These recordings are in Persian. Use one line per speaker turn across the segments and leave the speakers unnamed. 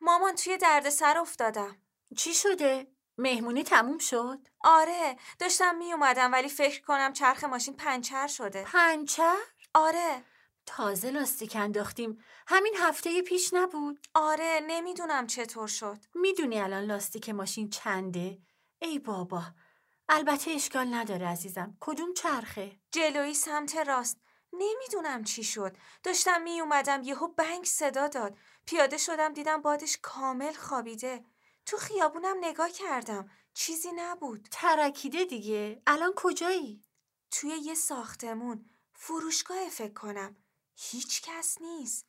مامان توی دردسر افتادم
چی شده؟ مهمونی تموم شد؟
آره داشتم می اومدم ولی فکر کنم چرخ ماشین پنچر شده
پنچر؟
آره
تازه لاستیک انداختیم همین هفته پیش نبود
آره نمیدونم چطور شد
میدونی الان لاستیک ماشین چنده؟ ای بابا البته اشکال نداره عزیزم کدوم چرخه؟
جلویی سمت راست نمیدونم چی شد داشتم می اومدم یهو بنگ صدا داد پیاده شدم دیدم بادش کامل خوابیده تو خیابونم نگاه کردم چیزی نبود
ترکیده دیگه الان کجایی؟
توی یه ساختمون فروشگاه فکر کنم هیچ کس نیست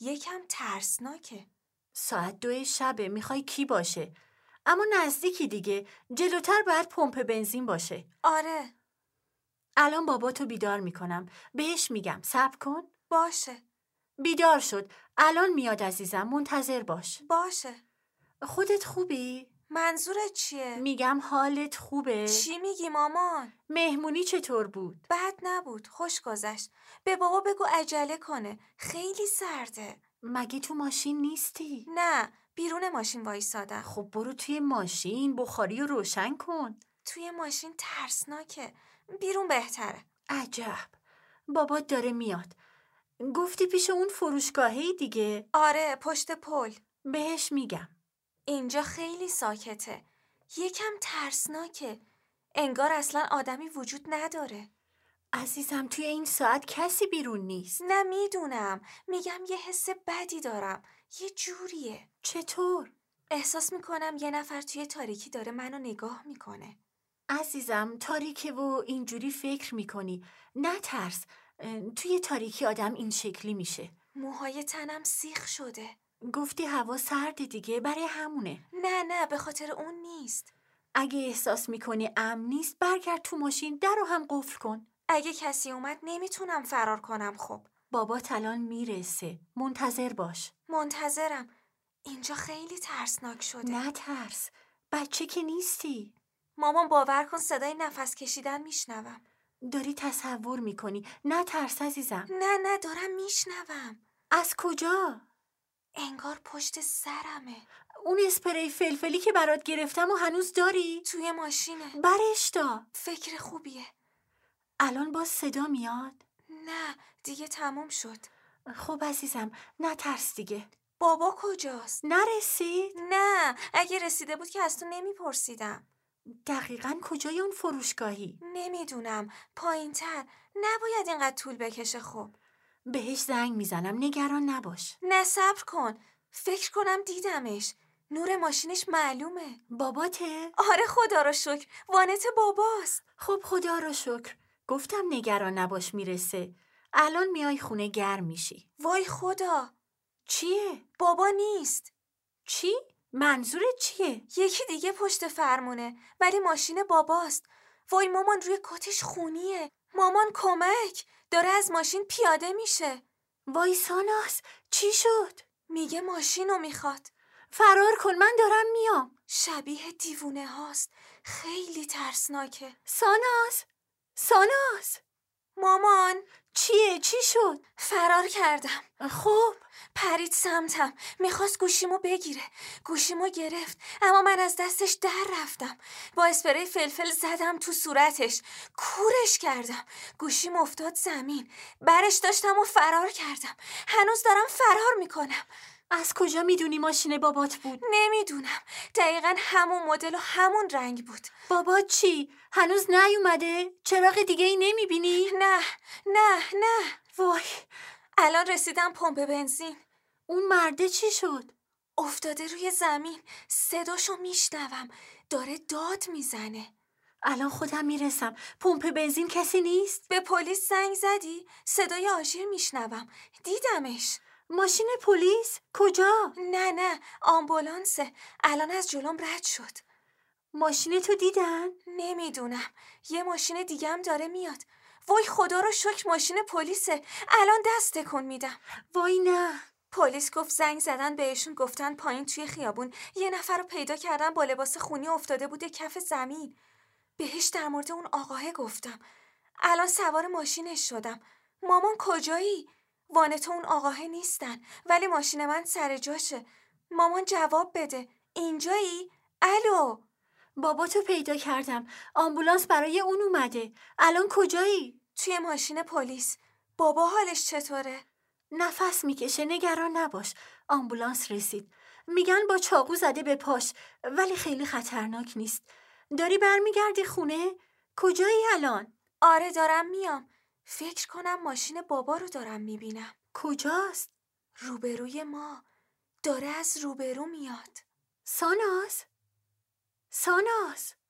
یکم ترسناکه
ساعت دو شبه میخوای کی باشه؟ اما نزدیکی دیگه جلوتر باید پمپ بنزین باشه
آره
الان باباتو بیدار میکنم بهش میگم صبر کن
باشه
بیدار شد الان میاد عزیزم منتظر باش
باشه
خودت خوبی؟
منظورت چیه؟
میگم حالت خوبه
چی میگی مامان؟
مهمونی چطور بود؟
بد نبود خوش گذشت به بابا بگو عجله کنه خیلی سرده
مگه تو ماشین نیستی؟
نه بیرون ماشین وایسادم
خب برو توی ماشین بخاری رو روشن کن
توی ماشین ترسناکه بیرون بهتره
عجب بابات داره میاد گفتی پیش اون فروشگاهی دیگه
آره پشت پل
بهش میگم
اینجا خیلی ساکته یکم ترسناکه انگار اصلا آدمی وجود نداره
عزیزم توی این ساعت کسی بیرون نیست
نه میدونم میگم یه حس بدی دارم یه جوریه
چطور؟
احساس میکنم یه نفر توی تاریکی داره منو نگاه میکنه
عزیزم تاریکه و اینجوری فکر میکنی نه ترس اه، توی تاریکی آدم این شکلی میشه
موهای تنم سیخ شده
گفتی هوا سرد دیگه برای همونه
نه نه به خاطر اون نیست
اگه احساس میکنی امن نیست برگرد تو ماشین در رو هم قفل کن
اگه کسی اومد نمیتونم فرار کنم خب
بابا الان میرسه منتظر باش
منتظرم اینجا خیلی ترسناک شده
نه ترس بچه که نیستی
مامان باور کن صدای نفس کشیدن میشنوم
داری تصور میکنی نه ترس عزیزم
نه نه دارم میشنوم
از کجا
انگار پشت سرمه
اون اسپری فلفلی که برات گرفتم و هنوز داری
توی ماشینه
برش دا
فکر خوبیه
الان باز صدا میاد
نه دیگه تموم شد
خب عزیزم نه ترس دیگه
بابا کجاست
نرسید
نه اگه رسیده بود که از تو نمیپرسیدم
دقیقا کجای اون فروشگاهی
نمیدونم پایینتر نباید اینقدر طول بکشه خب
بهش زنگ میزنم نگران نباش
نه صبر کن فکر کنم دیدمش نور ماشینش معلومه
باباته
آره خدا رو شکر وانت باباست
خب خدا رو شکر گفتم نگران نباش میرسه الان میای خونه گرم میشی
وای خدا
چیه
بابا نیست
چی منظور چیه
یکی دیگه پشت فرمونه ولی ماشین باباست وای مامان روی کتش خونیه مامان کمک داره از ماشین پیاده میشه
وای ساناس چی شد
میگه ماشین رو میخواد
فرار کن من دارم میام
شبیه دیوونه هاست خیلی ترسناکه
ساناس ساناس
مامان
چیه چی شد
فرار کردم
خب
پرید سمتم میخواست گوشیمو بگیره گوشیمو گرفت اما من از دستش در رفتم با اسپری فلفل زدم تو صورتش کورش کردم گوشیم افتاد زمین برش داشتم و فرار کردم هنوز دارم فرار میکنم
از کجا میدونی ماشین بابات بود
نمیدونم دقیقا همون مدل و همون رنگ بود
بابا چی؟ هنوز نیومده؟ چراغ دیگه ای نمیبینی؟
نه نه نه
وای
الان رسیدم پمپ بنزین
اون مرده چی شد؟
افتاده روی زمین صداشو میشنوم داره داد میزنه
الان خودم میرسم پمپ بنزین کسی نیست؟
به پلیس زنگ زدی صدای آژیر میشنوم دیدمش
ماشین پلیس کجا؟
نه نه آمبولانسه الان از جلوم رد شد
ماشین تو دیدن؟
نمیدونم یه ماشین دیگم داره میاد وای خدا رو شکر ماشین پلیسه الان دست کن میدم
وای نه
پلیس گفت زنگ زدن بهشون گفتن پایین توی خیابون یه نفر رو پیدا کردن با لباس خونی افتاده بوده کف زمین بهش در مورد اون آقاه گفتم الان سوار ماشینش شدم مامان کجایی وانت و اون آقاه نیستن ولی ماشین من سر جاشه مامان جواب بده اینجایی؟ الو
بابا تو پیدا کردم آمبولانس برای اون اومده الان کجایی؟
توی ماشین پلیس بابا حالش چطوره؟
نفس میکشه نگران نباش آمبولانس رسید میگن با چاقو زده به پاش ولی خیلی خطرناک نیست داری برمیگردی خونه؟ کجایی الان؟
آره دارم میام فکر کنم ماشین بابا رو دارم میبینم
کجاست؟
روبروی ما داره از روبرو میاد
ساناز؟ ساناز؟